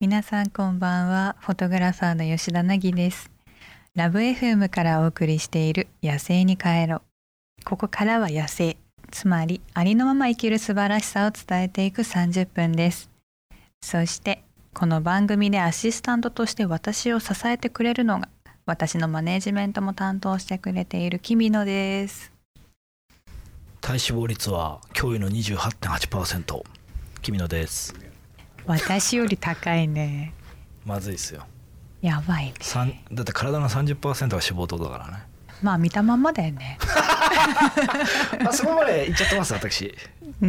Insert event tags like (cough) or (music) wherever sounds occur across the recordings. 皆さんこんばんはフォトグラファーの吉田凪ですラブ FM からお送りしている野生に帰ろうここからは野生つまりありのまま生きる素晴らしさを伝えていく30分ですそしてこの番組でアシスタントとして私を支えてくれるのが私のマネージメントも担当してくれているキミノです体脂肪率は驚異の28.8%君のです (laughs) 私より高いねまずいっすよやばいねさんだって体の30%が脂肪糖だからねまあ見たまんまだよねあそこまでいっちゃってます私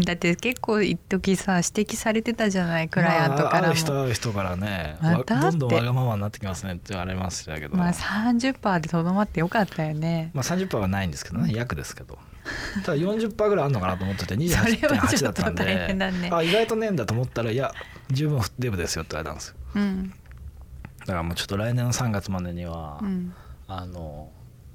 だって結構一時さ指摘されてたじゃないクライアントかまあ、あらる人もある人からね、まわたどんどんってわがままになってきますねって言われましたけど、ままああ、 30%でとどまってよかったよね30%はないんですけどね約ですけどただ40%ぐらいあるのかなと思ってて (laughs) それは28.8ちだょっったとんで大変だねあ意外とねえんだと思ったらいや十分デブですよって言われたんですようんだからもうちょっと来年の3月までには、うんあの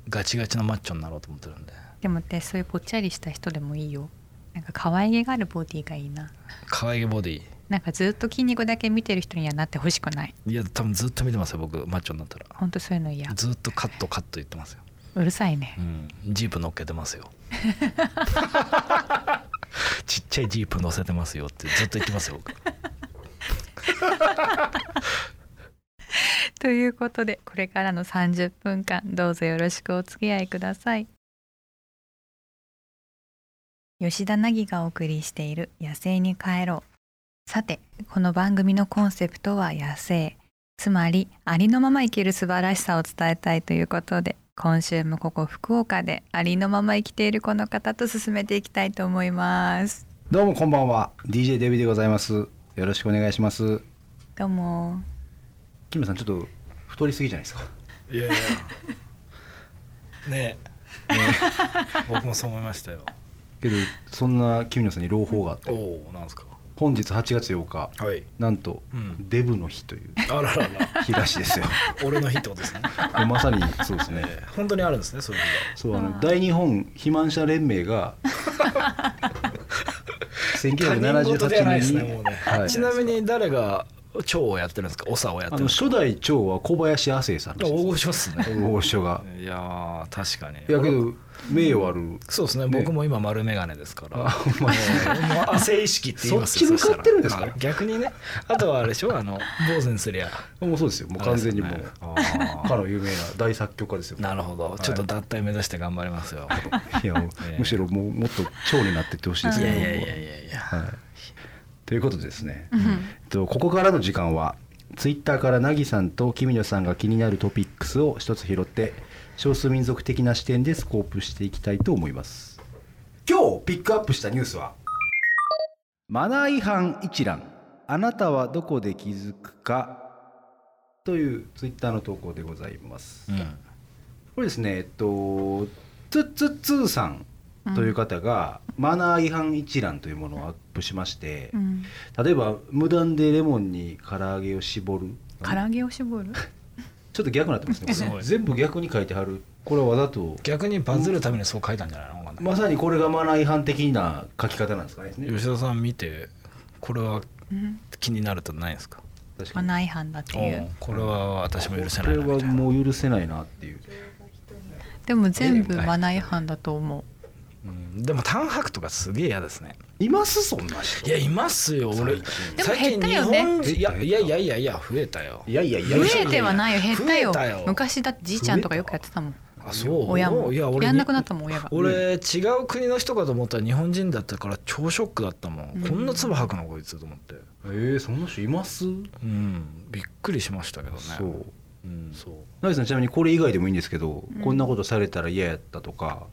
ガチガチのマッチョになろうと思ってるんででもってそういうぽっちゃりした人でもいいよなんか可愛げがあるボディがいいな可愛げボディなんかずっと筋肉だけ見てる人にはなってほしくないいや多分ずっと見てますよ僕マッチョになったらほんとそういうの嫌ずっとカットカット言ってますよ、うるさいねうん、ジープ乗っけてますよちっちゃいジープ乗せてますよってずっと言ってますよ僕ということでこれからの30分間どうぞよろしくお付き合いください吉田凪がお送りしている「野生に帰ろう」さてこの番組のコンセプトは「野生」つまりありのまま生きる素晴らしさを伝えたいということで今週もここ福岡でありのまま生きているこの方と進めていきたいと思いますどうもこんばんは DJ デビでございますよろしくお願いしますどうもキムさんちょっと太りすぎじゃないですかいやいやねえ (laughs) 僕もそう思いましたよけどそんなキムニョさんに朗報があっおておなんですか本日8月8日はいなんと、うんデブの日というあらら (laughs) ら日らしいです (laughs) よ俺の日ってことですね、でまさにそうですねえー本当にあるんですねそういうそうあの大日本肥満者連盟 (laughs) が日が他人事じゃ1978ないで年すにねもうね、はいちなみに誰が腸をやってるんですか長をやってあるんのですか初代長は小林亜生さんらしい大で御所っすねす大御所が (laughs) いやー確かにいやけど名誉ある、そうですねね僕も今丸眼鏡ですから、あほんまにもう汗意識って言います (laughs) そっち向かってるんですかそしたら逆にねあとはあれでしょあの坊主にすりゃもうそうですよもう完全にもう、あれですよねあーかの有名な大作曲家ですよなるほどちょっと脱退目指して頑張りますよ、いやもうええむしろもうもっと蝶になってってほしいですい、ねやい僕やはやいいやいやはい、ということでですね、うんえっとここからの時間はツイッターからなぎさんときみのさんが気になるトピックスを一つ拾って少数民族的な視点でスコープしていきたいと思います今日ピックアップしたニュースはマナー違反一覧あなたはどこで気づくかというツイッターの投稿でございます、うんこれですね、えっと、つっつっつーさんという方が、マナー違反一覧というものをアップしまして、うん例えば無断でレモンに唐揚げを絞る唐揚げを絞るちょっと逆になってますねすこごれい全部逆に書いてはるこれはわざと逆にバズるためにそう書いたんじゃないのわかんないまさにこれがマナー違反的な書き方なんですかね吉田さん見てこれはうん気になるとないですか確マかにナー違反だっていうおうこれは私も許せこないれなみはたいな、もう許せないなっていうでも全部マナー違反だと思ううん、でも短白とかすげえ嫌ですねいますそんな人いやいますよ俺近最近最でも減ったよね日本人いやいやいやいやいや増えたよいやいやいや増えてはないよ減ったよ増えたよ昔だってじいちゃんとかよくやってたもんあそう親もいや俺やんなくなったもん親が俺違う国の人かと思ったら日本人だったから超ショックだったもん、うんこんな唾吐くのこいつと思ってえー、そんな人います、うんびっくりしましたけどねそううん、そうナギさんちなみにこれ以外でもいいんですけど、うんこんなことされたら嫌やったとか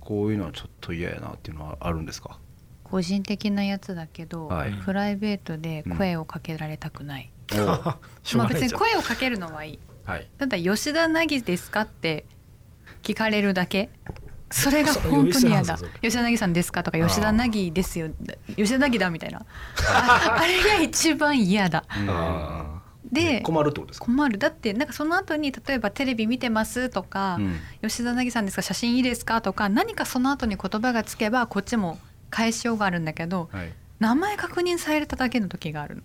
こういうのはちょっと嫌やなっていうのはあるんですか個人的なやつだけど、はいプライベートで声をかけられたくない、 (laughs) しょうまあがな別いにじゃん、声をかけるのはいいはい、ただ吉田凪ですかって聞かれるだけそれがそう本当に嫌吉田なだんですよそ吉田凪さんですかとかあー吉田凪ですよ吉田凪だみたい (laughs) なああれが一番嫌だあで困るってことですか、困るだってなんかその後に例えばテレビ見てますとか、うん吉田凪さんですか写真いいですかとか何かその後に言葉がつけばこっちも返しようがあるんだけどはい、名前確認されただけの時があるの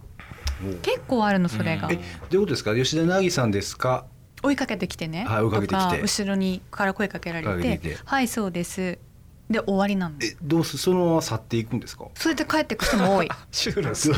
結構あるのそれがうんえどういうことですか吉田凪さんですか追いかけてきてね、はい追いかけてきてとか後ろにから声かけられかてけてきてはいそうですで終わりなのえどうすそのまま去っていくんですかそれで帰ってく人も (laughs) 多いシュールですし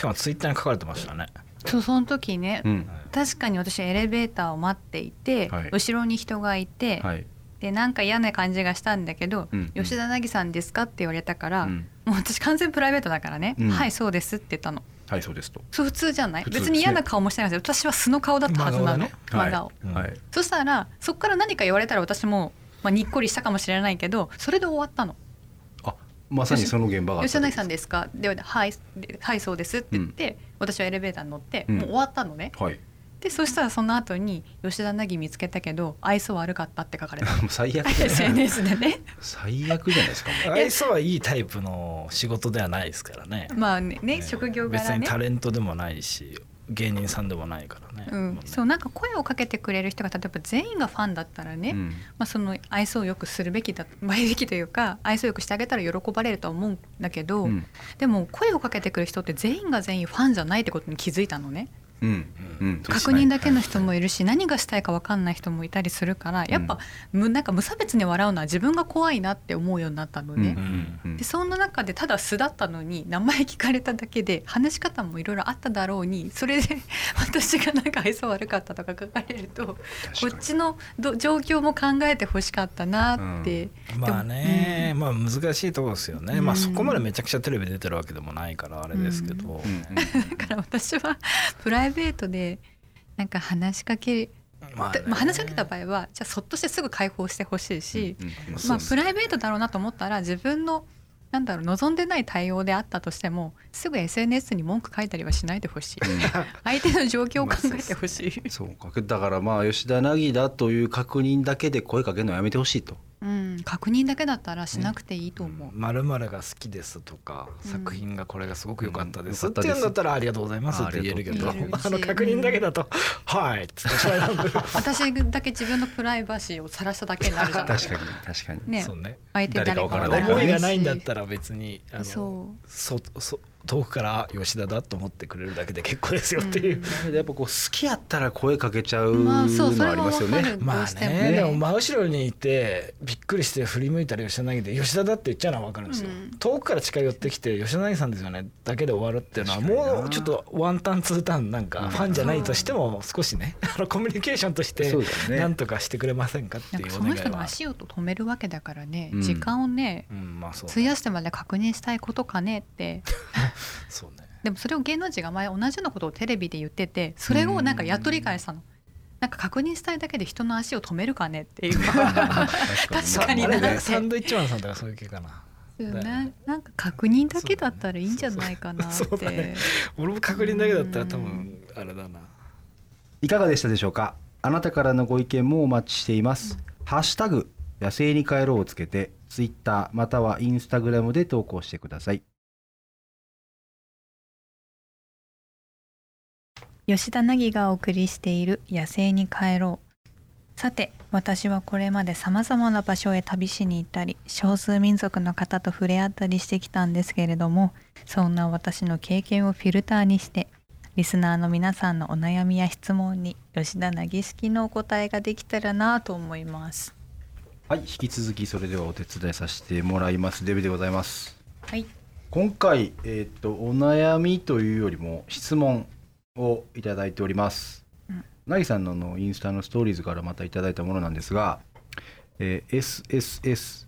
かもツイッターに書かれてましたねそうその時ね、うん確かに私エレベーターを待っていて、はい後ろに人がいて、はいでなんか嫌な感じがしたんだけど「うん吉田凪さんですか?」って言われたから、うんもう私完全プライベートだからね「うんはいそうです」って言ったのはいそうですとそう普通じゃない普通です別に嫌な顔もしてないんですよ私は素の顔だったはずなの真真顔だね顔,、うんはいそしたらそこから何か言われたら私も、まあ、にっこりしたかもしれないけどそれで終わったのあまさにその現場があった吉田凪さんですか?」で「はいではいそうです」って言って、私はエレベーターに乗って、うんもう終わったのねはいでそしたらその後に「吉田凪見つけたけど愛想悪かった」って書かれた (laughs) もう最悪 (laughs) じゃない SNS でね最悪じゃないですかもう愛想はいいタイプの仕事ではないですからねまあねねね職業柄別にねタレントでもないし芸人さんでもないからね,うもうね、ん、そうなんか声をかけてくれる人が例えば全員がファンだったらね、うんまあ、その愛想をよくするべきだ (laughs) 倍べきというか愛想よくしてあげたら喜ばれるとは思うんだけど、うんでも声をかけてくる人って全員が全員ファンじゃないってことに気づいたのねうんうん確認だけの人もいるし何がしたいか分かんない人もいたりするからやっぱ、むなんか無差別に笑うのは自分が怖いなって思うようになったのね。うんうんうんでそんな中でただ素だったのに名前聞かれただけで話し方もいろいろあっただろうにそれで (laughs) 私がなんか愛想悪かったとか書かれるとこ確かにっちのど状況も考えてほしかったなって、まあね、まあ難しいところですよね、うんまあそこまでめちゃくちゃテレビ出てるわけでもないからあれですけど、うんだから私はプライベートでなんか話しかけ、まあねまあ話しかけた場合はじゃあそっとしてすぐ解放してほしいし、う (laughs) んうんそうまあ、そうプライベートだろうなと思ったら自分のなんだろう望んでない対応であったとしてもすぐ SNS に文句書いたりはしないでほしい相手の状況を考えてほしい、そうかだからまあ吉田凪だという確認だけで声かけるのやめてほしいとうん、確認だけだったらしなくていいと思う、まるまるが好きですとか、うん作品がこれがすごく良かったです、うっんていうんだったらありがとうございますって言えるけど、ありがとうあございますの確認だけだと「はい」っつって私だけ自分のプライバシーを晒しただけになるじゃない (laughs) 確かに確かにねそうね相手誰かわからない誰かわ思いからねがないんだっらたら別にあのそそそ遠くから「吉田だ」と思ってくれるだけで結構ですよっていう、だけどやっぱこう好きやったら声かけちゃうのまあありそうそれはまわすよかねる、どまうあしてもねねでも真後ろにいてびっくりして振り向いたら吉田凪で吉田だって言っちゃうのは分かるんですよ、うん遠くから近寄ってきて吉田凪さんですよねだけで終わるっていうのは確かになもうちょっとワンタンツータンなんうかんファンじゃないとしても少しね (laughs) あのコミュニケーションとしてそうだよねなんとかしてくれませんかっなてんいかそうのお願い人のは。足音止めるわけだからね、うん時間をねうんまあそう費ねやしてまで確認したいことかねってそうねでもそれを芸能人が前同じようなことをテレビで言っててそれをなんかやっと理解したの。なんか確認したいだけで人の足を止めるかねっていう確かにあなれんてねサンドイッチマンさんとかそういう系かなななんか確認だけだったらいいんじゃないかなっそうだねて俺も確認だけだったら多分あれだないかがでしたでしょうかあなたからのご意見もお待ちしています、ハッシュタグ野生に帰ろうをつけてツイッターまたはインスタグラムで投稿してください吉田凪がお送りしている「野生に帰ろう」さて私はこれまでさまざまな場所へ旅しに行ったり少数民族の方と触れ合ったりしてきたんですけれどもそんな私の経験をフィルターにしてリスナーの皆さんのお悩みや質問に吉田凪式のお答えができたらなと思います。はい引き続きそれではお手伝いさせてもらいますデビでございますはい、今回、えー、とお悩みというよりも質問をいただいております、うんなぎさんのあのインスタのストーリーズからまたいただいたものなんですが、えー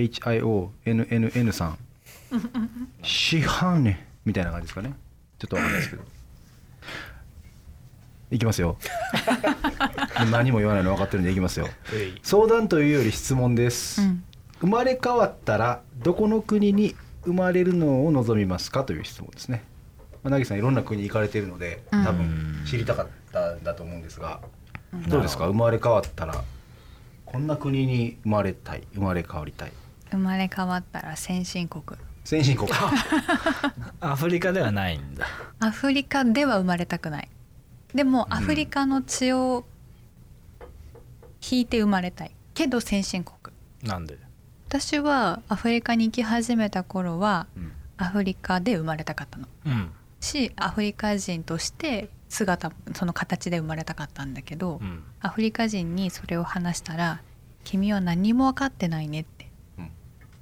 SSSHIONNN さん「市販ね」みたいな感じですかねちょっとわかんないですけどいきま (laughs) すよ何も言わないの分かってるんでいきますよ相談というより質問です、うん生まれ変わったらどこの国に生まれるのを望みますかという質問ですね。まあ、なぎさんいろんな国行かれてるのでうん多分知りたかったんだと思うんですが、どうですか生まれ変わったらこんな国に生まれたい生まれ変わりたい生まれ変わったら先進国先 (laughs) 進国アフリカではないんだアフリカでは生まれたくないでもアフリカの血を引いて生まれたいけど先進国なんで私はアフリカに行き始めた頃はうんアフリカで生まれたかったのうんしアフリカ人として姿その形で生まれたかったんだけど、うんアフリカ人にそれを話したら「君は何も分かってないね」って、うん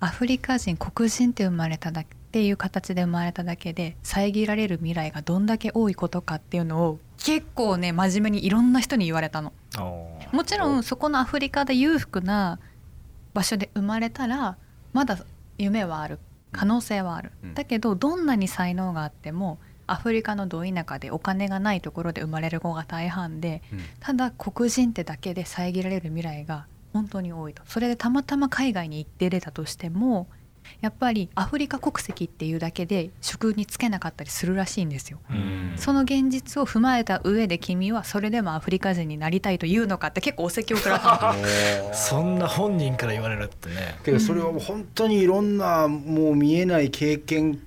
アフリカ人黒人って生まれただけっていう形で生まれただけで遮られる未来がどんだけ多いことかっていうのを結構ね真面目にいろんな人に言われたの。あーもちろんそこのアフリカで裕福な場所で生まれたらまだ夢はある可能性はある、うんだけどどんなに才能があってもアフリカのど田舎でお金がないところで生まれる子が大半でただ黒人ってだけで遮られる未来が本当に多いとそれでたまたま海外に行って出たとしてもやっぱりアフリカ国籍っていうだけで職に就けなかったりするらしいんですよ。うんその現実を踏まえた上で君はそれでもアフリカ人になりたいと言うのかって結構お説教を食らったの (laughs) そんな本人から言われるってねけどそれはもう本当にいろんなもう見えない経験、うん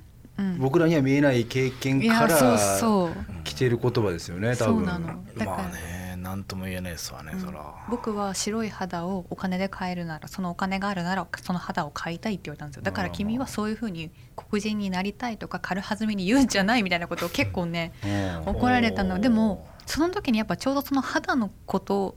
僕らには見えない経験いやかそうらそう来てる言葉ですよね多そう分なのだから、まあね何とも言えないですわね、うんそら僕は白い肌をお金で買えるならそのお金があるならその肌を買いたいって言われたんですよだから君はそういうふうに黒人になりたいとか軽はずみに言うんじゃないみたいなことを結構ねうん怒られたおのーでもその時にやっぱちょうどその肌のこと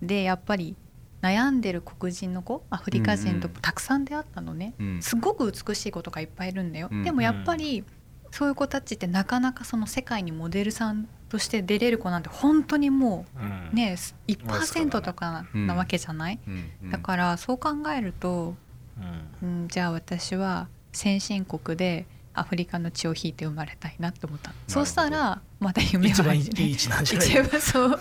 でやっぱり悩んでる黒人の子アフリカ人とうんうんたくさん出会ったのね、うんすごく美しい子とかいっぱいいるんだよ、うんでもやっぱりそういう子たちってなかなかその世界にモデルさんとして出れる子なんて本当にもうんうね1%わずかだねとかなわけじゃない、うんうんだからそう考えると、うんうん、じゃあ私は先進国でアフリカの血を引いて生まれたいなって思ったのそうしたらまた夢一はあ番るいいよねいい位置なんじゃない一番そう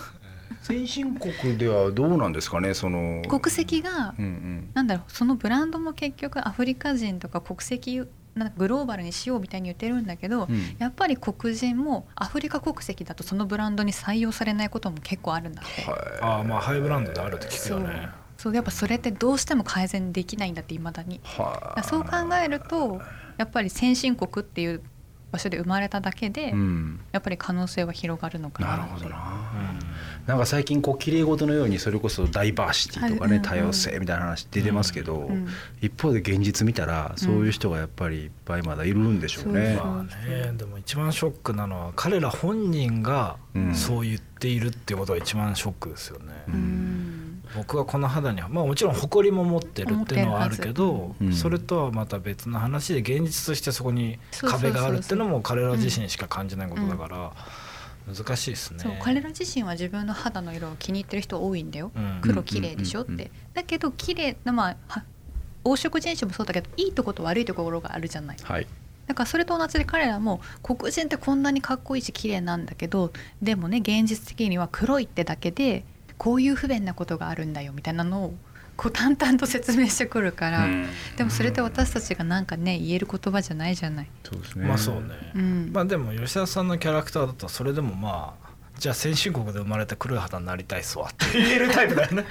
先進国ではどうなんですかねその国籍がうんうんなんだろうそのブランドも結局アフリカ人とか国籍なんかグローバルにしようみたいに言ってるんだけど、うんやっぱり黒人もアフリカ国籍だとそのブランドに採用されないことも結構あるんだって、はいああまあハイブランドであるって聞くそようねそうやっぱそれってどうしても改善できないんだっていまだにだかはらそう考えるとやっぱり先進国っていう場所で生まれただけで、うんやっぱり可能性は広がるのかななるほどなうんなんか最近こう綺麗事のようにそれこそダイバーシティとかはいうんうねん多様性みたいな話出てますけど、うん一方で現実見たらそういう人がやっぱりいっぱいまだいるんでしょうね。そうまあねでも一番ショックなのは彼ら本人がうんそう言っているっていうことが一番ショックですよね、ううんん僕はこの肌にはまあもちろん誇りも持ってるっていうのはあるけ持どてるはずそれとはまた別の話で現実としてそこにそうそうそうそう壁があるっていうのも彼ら自身しか感じないことだから難しいですね。そう彼ら自身は自分の肌の色を気に入ってる人多いんだよ、うん黒綺麗でしょって、うんうんうんだけど綺麗なまあは黄色人種もそうだけどいいとこと悪いところがあるじゃないはい、だからそれと同じで彼らも黒人ってこんなにかっこいいし綺麗なんだけどでもね現実的には黒いってだけでこういう不便なことがあるんだよみたいなのをこう淡々と説明してくるから、うんでもそれって私たちがなんかね言える言葉じゃないじゃない。そうですね。まあそうね、うんまあでも吉田さんのキャラクターだとそれでもまあじゃあ先進国で生まれた黒い肌になりたいっすわって言えるタイプだよね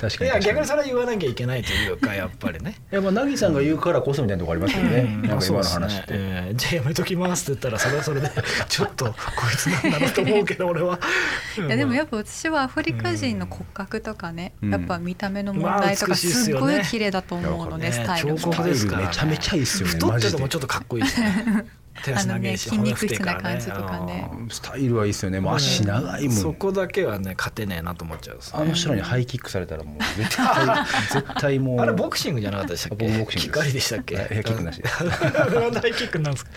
確いかに確かやに。逆にそれは言わなきゃいけないというかやっぱりねやっぱナギさんが言うからこそみたいなとこありますよね。うんなんか今のそうです話ねって。ええじゃあやめときますって言ったらそれはそれでちょっとこいつなんだろうと思うけど俺は。いやでもやっっぱ私はアフリカ人の骨格とかね、うんやっぱ見た目の問題とかまあ美しいっすすよねごい綺麗だと思うので、いやスタイル彫も刻。ですからねめちゃめちゃいいっすよね。太っマてジるのでもちょっとかっこいいし、ね、手足長いしあのね骨太いか筋肉質ならね感じとかねうんスタイルはいいっすよね。もう足長いもん。そこだけはね勝てねえなと思っちゃうですあねの人らにハイキックされたらもう絶対 (laughs) 絶対もう。あれボクシングじゃなかったでしたっけ僕ボクシキングですックありでしたっけはいいやキックなしですなんでハイキックなんですか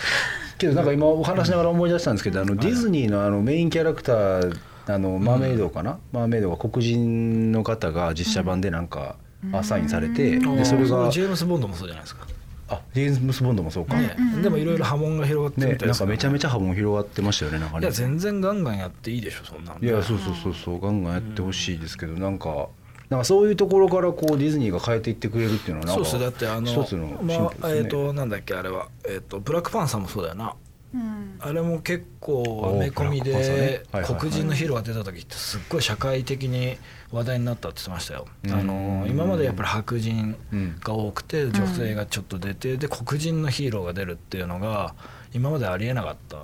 けどなんか今お話しながら思い出したんですけど、あのディズニーのあのメインキャラクターあのマーメイドかな、マーメイドが黒人の方が実写版でなんかアサインされて、うんでそれがジェームス・ボンドもそうじゃないですか、あジェームス・ボンドもそうか、ねうんでもいろいろ波紋が広がってるねみたいでなんすかめちゃめちゃゃ波紋広がってましたよねなんかいねや全然ガンガンやっていいでしょそんなのいやそうそうそうそうガンガンやってほしいですけど、なんかなんかそういうところからこうディズニーが変えていってくれるっていうのはなんそうかですだってあの一つの進まあ歩でえっ、すね、となんだっけあれはえっ、とブラックパンサーもそうだよなうんあれも結構おーアメコミブラでックパンサーねはいはいはい黒人のヒーローが出た時ってすっごい社会的に話題になったって言ってましたよあのうん今までやっぱり白人うんが多くて女性がちょっと出てで黒人のヒーローが出るっていうのが今までありえなかった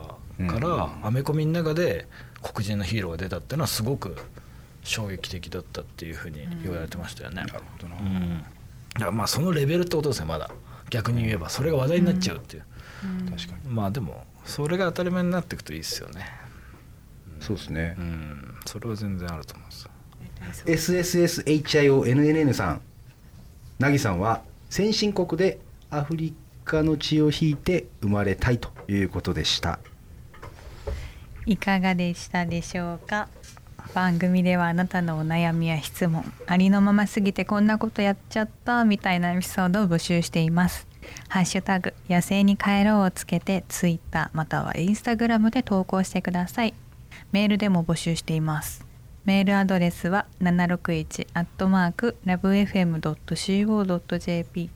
かうらアメコミの中で黒人のヒーローが出たっていうのはすごく衝撃的だったっていうふうに言われてましたよね。なるほどな、うん、だからまあそのレベルってことですねまだ逆に言えばそれが話題になっちゃうっていう、確かにまあでもそれが当たり前になっていくといいですよねそうですねう、んそれは全然あると思いますえ SSSHIONNN さんなぎさんは先進国でアフリカの血を引いて生まれたいということでしたいかがでしたでしょうか番組ではあなたのお悩みや質問ありのまますぎてこんなことやっちゃったみたいなエピソードを募集していますハッシュタグ野生に帰ろうをつけてツイッターまたはインスタグラムで投稿してくださいメールでも募集していますメールアドレスは761アットマークラブ FM.co.jp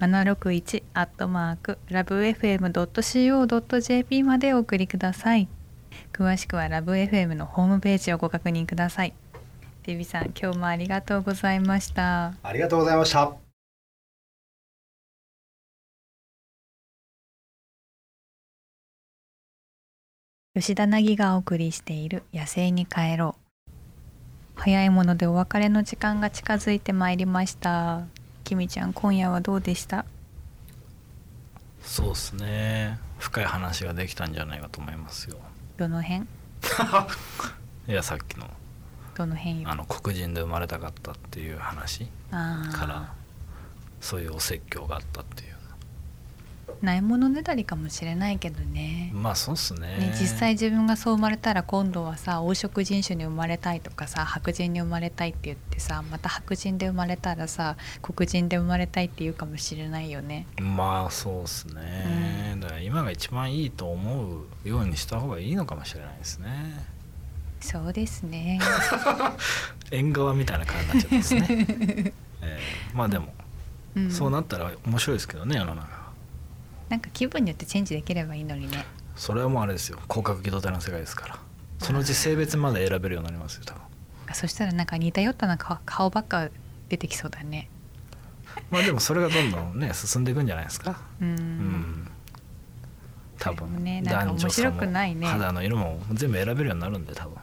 761アットマークラブ FM.co.jp までお送りください詳しくはラブ FM のホームページをご確認くださいビビさん今日もありがとうございましたありがとうございました吉田凪がお送りしている野生に帰ろう早いものでお別れの時間が近づいてまいりましたきみちゃん今夜はどうでしたそうですね深い話ができたんじゃないかと思いますよどの辺いやさっきのどの辺よあの黒人で生まれたかったっていう話あーからそういうお説教があったっていうないものねだりかもしれないけどね,、まあそうっすねね実際自分がそう生まれたら今度はさ黄色人種に生まれたいとかさ白人に生まれたいって言ってさまた白人で生まれたらさ黒人で生まれたいって言うかもしれないよね。まあそうっすね、だから今が一番いいと思うようにした方がいいのかもしれないですねそうです (laughs) ね縁側みたいな感じになっちゃったんですね、 (laughs) ええまあでも、うんそうなったら面白いですけどね世の中はなんか気分によってチェンジできればいいのにねそれはもうあれですよ広角機動隊の世界ですからそのうち性別まで選べるようになりますよ多分そしたらなんか似たよったな顔顔ばっか出てきそうだねまあでもそれがどんどんね進んでいくんじゃないですかうんうん多それも分、ねなんか男女差面白くないもね肌の色も全部選べるようになるんで多分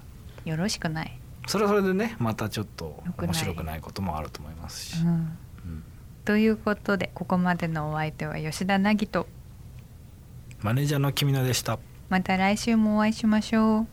よろしくない、それはそれでねまたちょっと良くない面白くないこともあると思いますし、うん、うんということでここまでのお相手は吉田凪とマネージャーの君野でしたまた来週もお会いしましょう